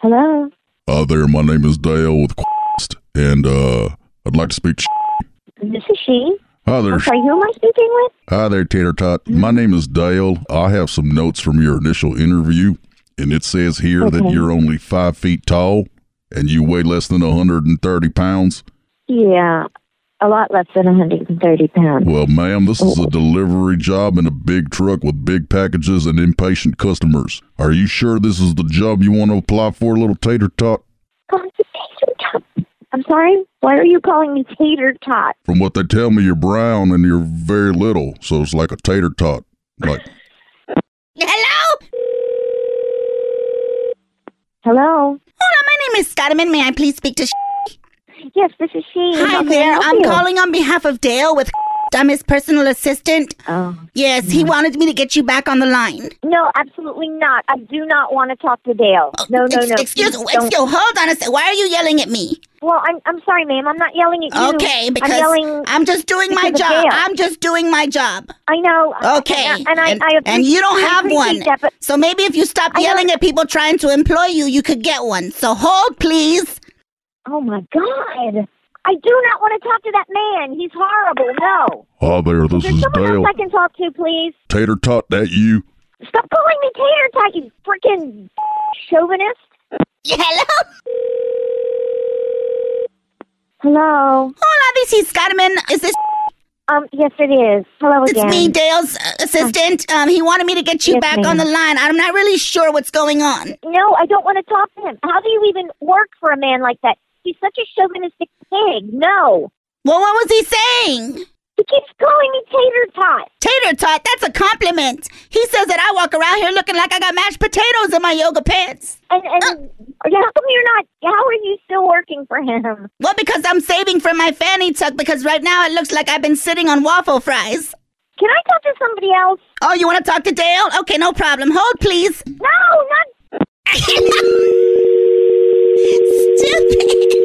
Hello. Uh, there, my name is Dale with Quest, and uh, I'd like to speak. To This is she. Hi there, I'm sorry, who am I speaking with? hi there, Tater Tot. My name is Dale. I have some notes from your initial interview, and it says here that Okay. you're only five feet tall and you weigh less than 130 pounds. Yeah, a lot less than 130 pounds. Well, ma'am, this is a delivery job in a big truck with big packages and impatient customers. Are you sure this is the job you want to apply for, little Tater Tot? Oh, it's a tater tot. I'm sorry. Why are you calling me tater tot? From what they tell me, you're brown and you're very little, so it's like a tater tot. Like, Hello? Hello. Hola, my name is Scottiman. May I please speak to Yes, this is she. How Hi can I there. help I'm you? calling on behalf of Dale with I'm his personal assistant. Oh. Yes, he wanted me to get you back on the line. No, absolutely not. I do not want to talk to Dale. No, no, Ex- no. Oh, Excuse Please me. don't. Excuse Hold on a sec. Why are you yelling at me? Well, I'm, I'm sorry, ma'am. I'm not yelling at you. okay, because I'm yelling. I'm just doing my because of job. Dale. I'm just doing my job. I know. Okay. And, I- and I, I appreciate, and you don't I have appreciate one. That, but so maybe if you stop I yelling at people trying to employ you, you could get one. So hold, please. oh my God, I do not want to talk to that man. He's horrible. No. Hi Oh, there, this There's is someone Dale. else I can talk to, please. Tater Tot, that you? Stop calling me tater tot, you freaking chauvinist. Yeah, Hello? Hello. Hola, this is Scottiman. Is this Um, yes, it is. Hello It's again. me, Dale's uh, assistant. Um, he wanted me to get you Yes, back ma'am. on the line. I'm not really sure what's going on. No, I don't want to talk to him. How do you even work for a man like that? He's such a chauvinistic pig. No. Well, what was he saying? He keeps calling me tater tot. Tater tot, that's a compliment. He says that I walk around here looking like I got mashed potatoes in my yoga pants. And and Uh. yeah, how come you're not how are you still working for him? Well, because I'm saving for my fanny tuck because right now it looks like I've been sitting on waffle fries. Can I talk to somebody else? Oh, you want to talk to Dale? Okay, no problem. Hold, please. No, not Stupid.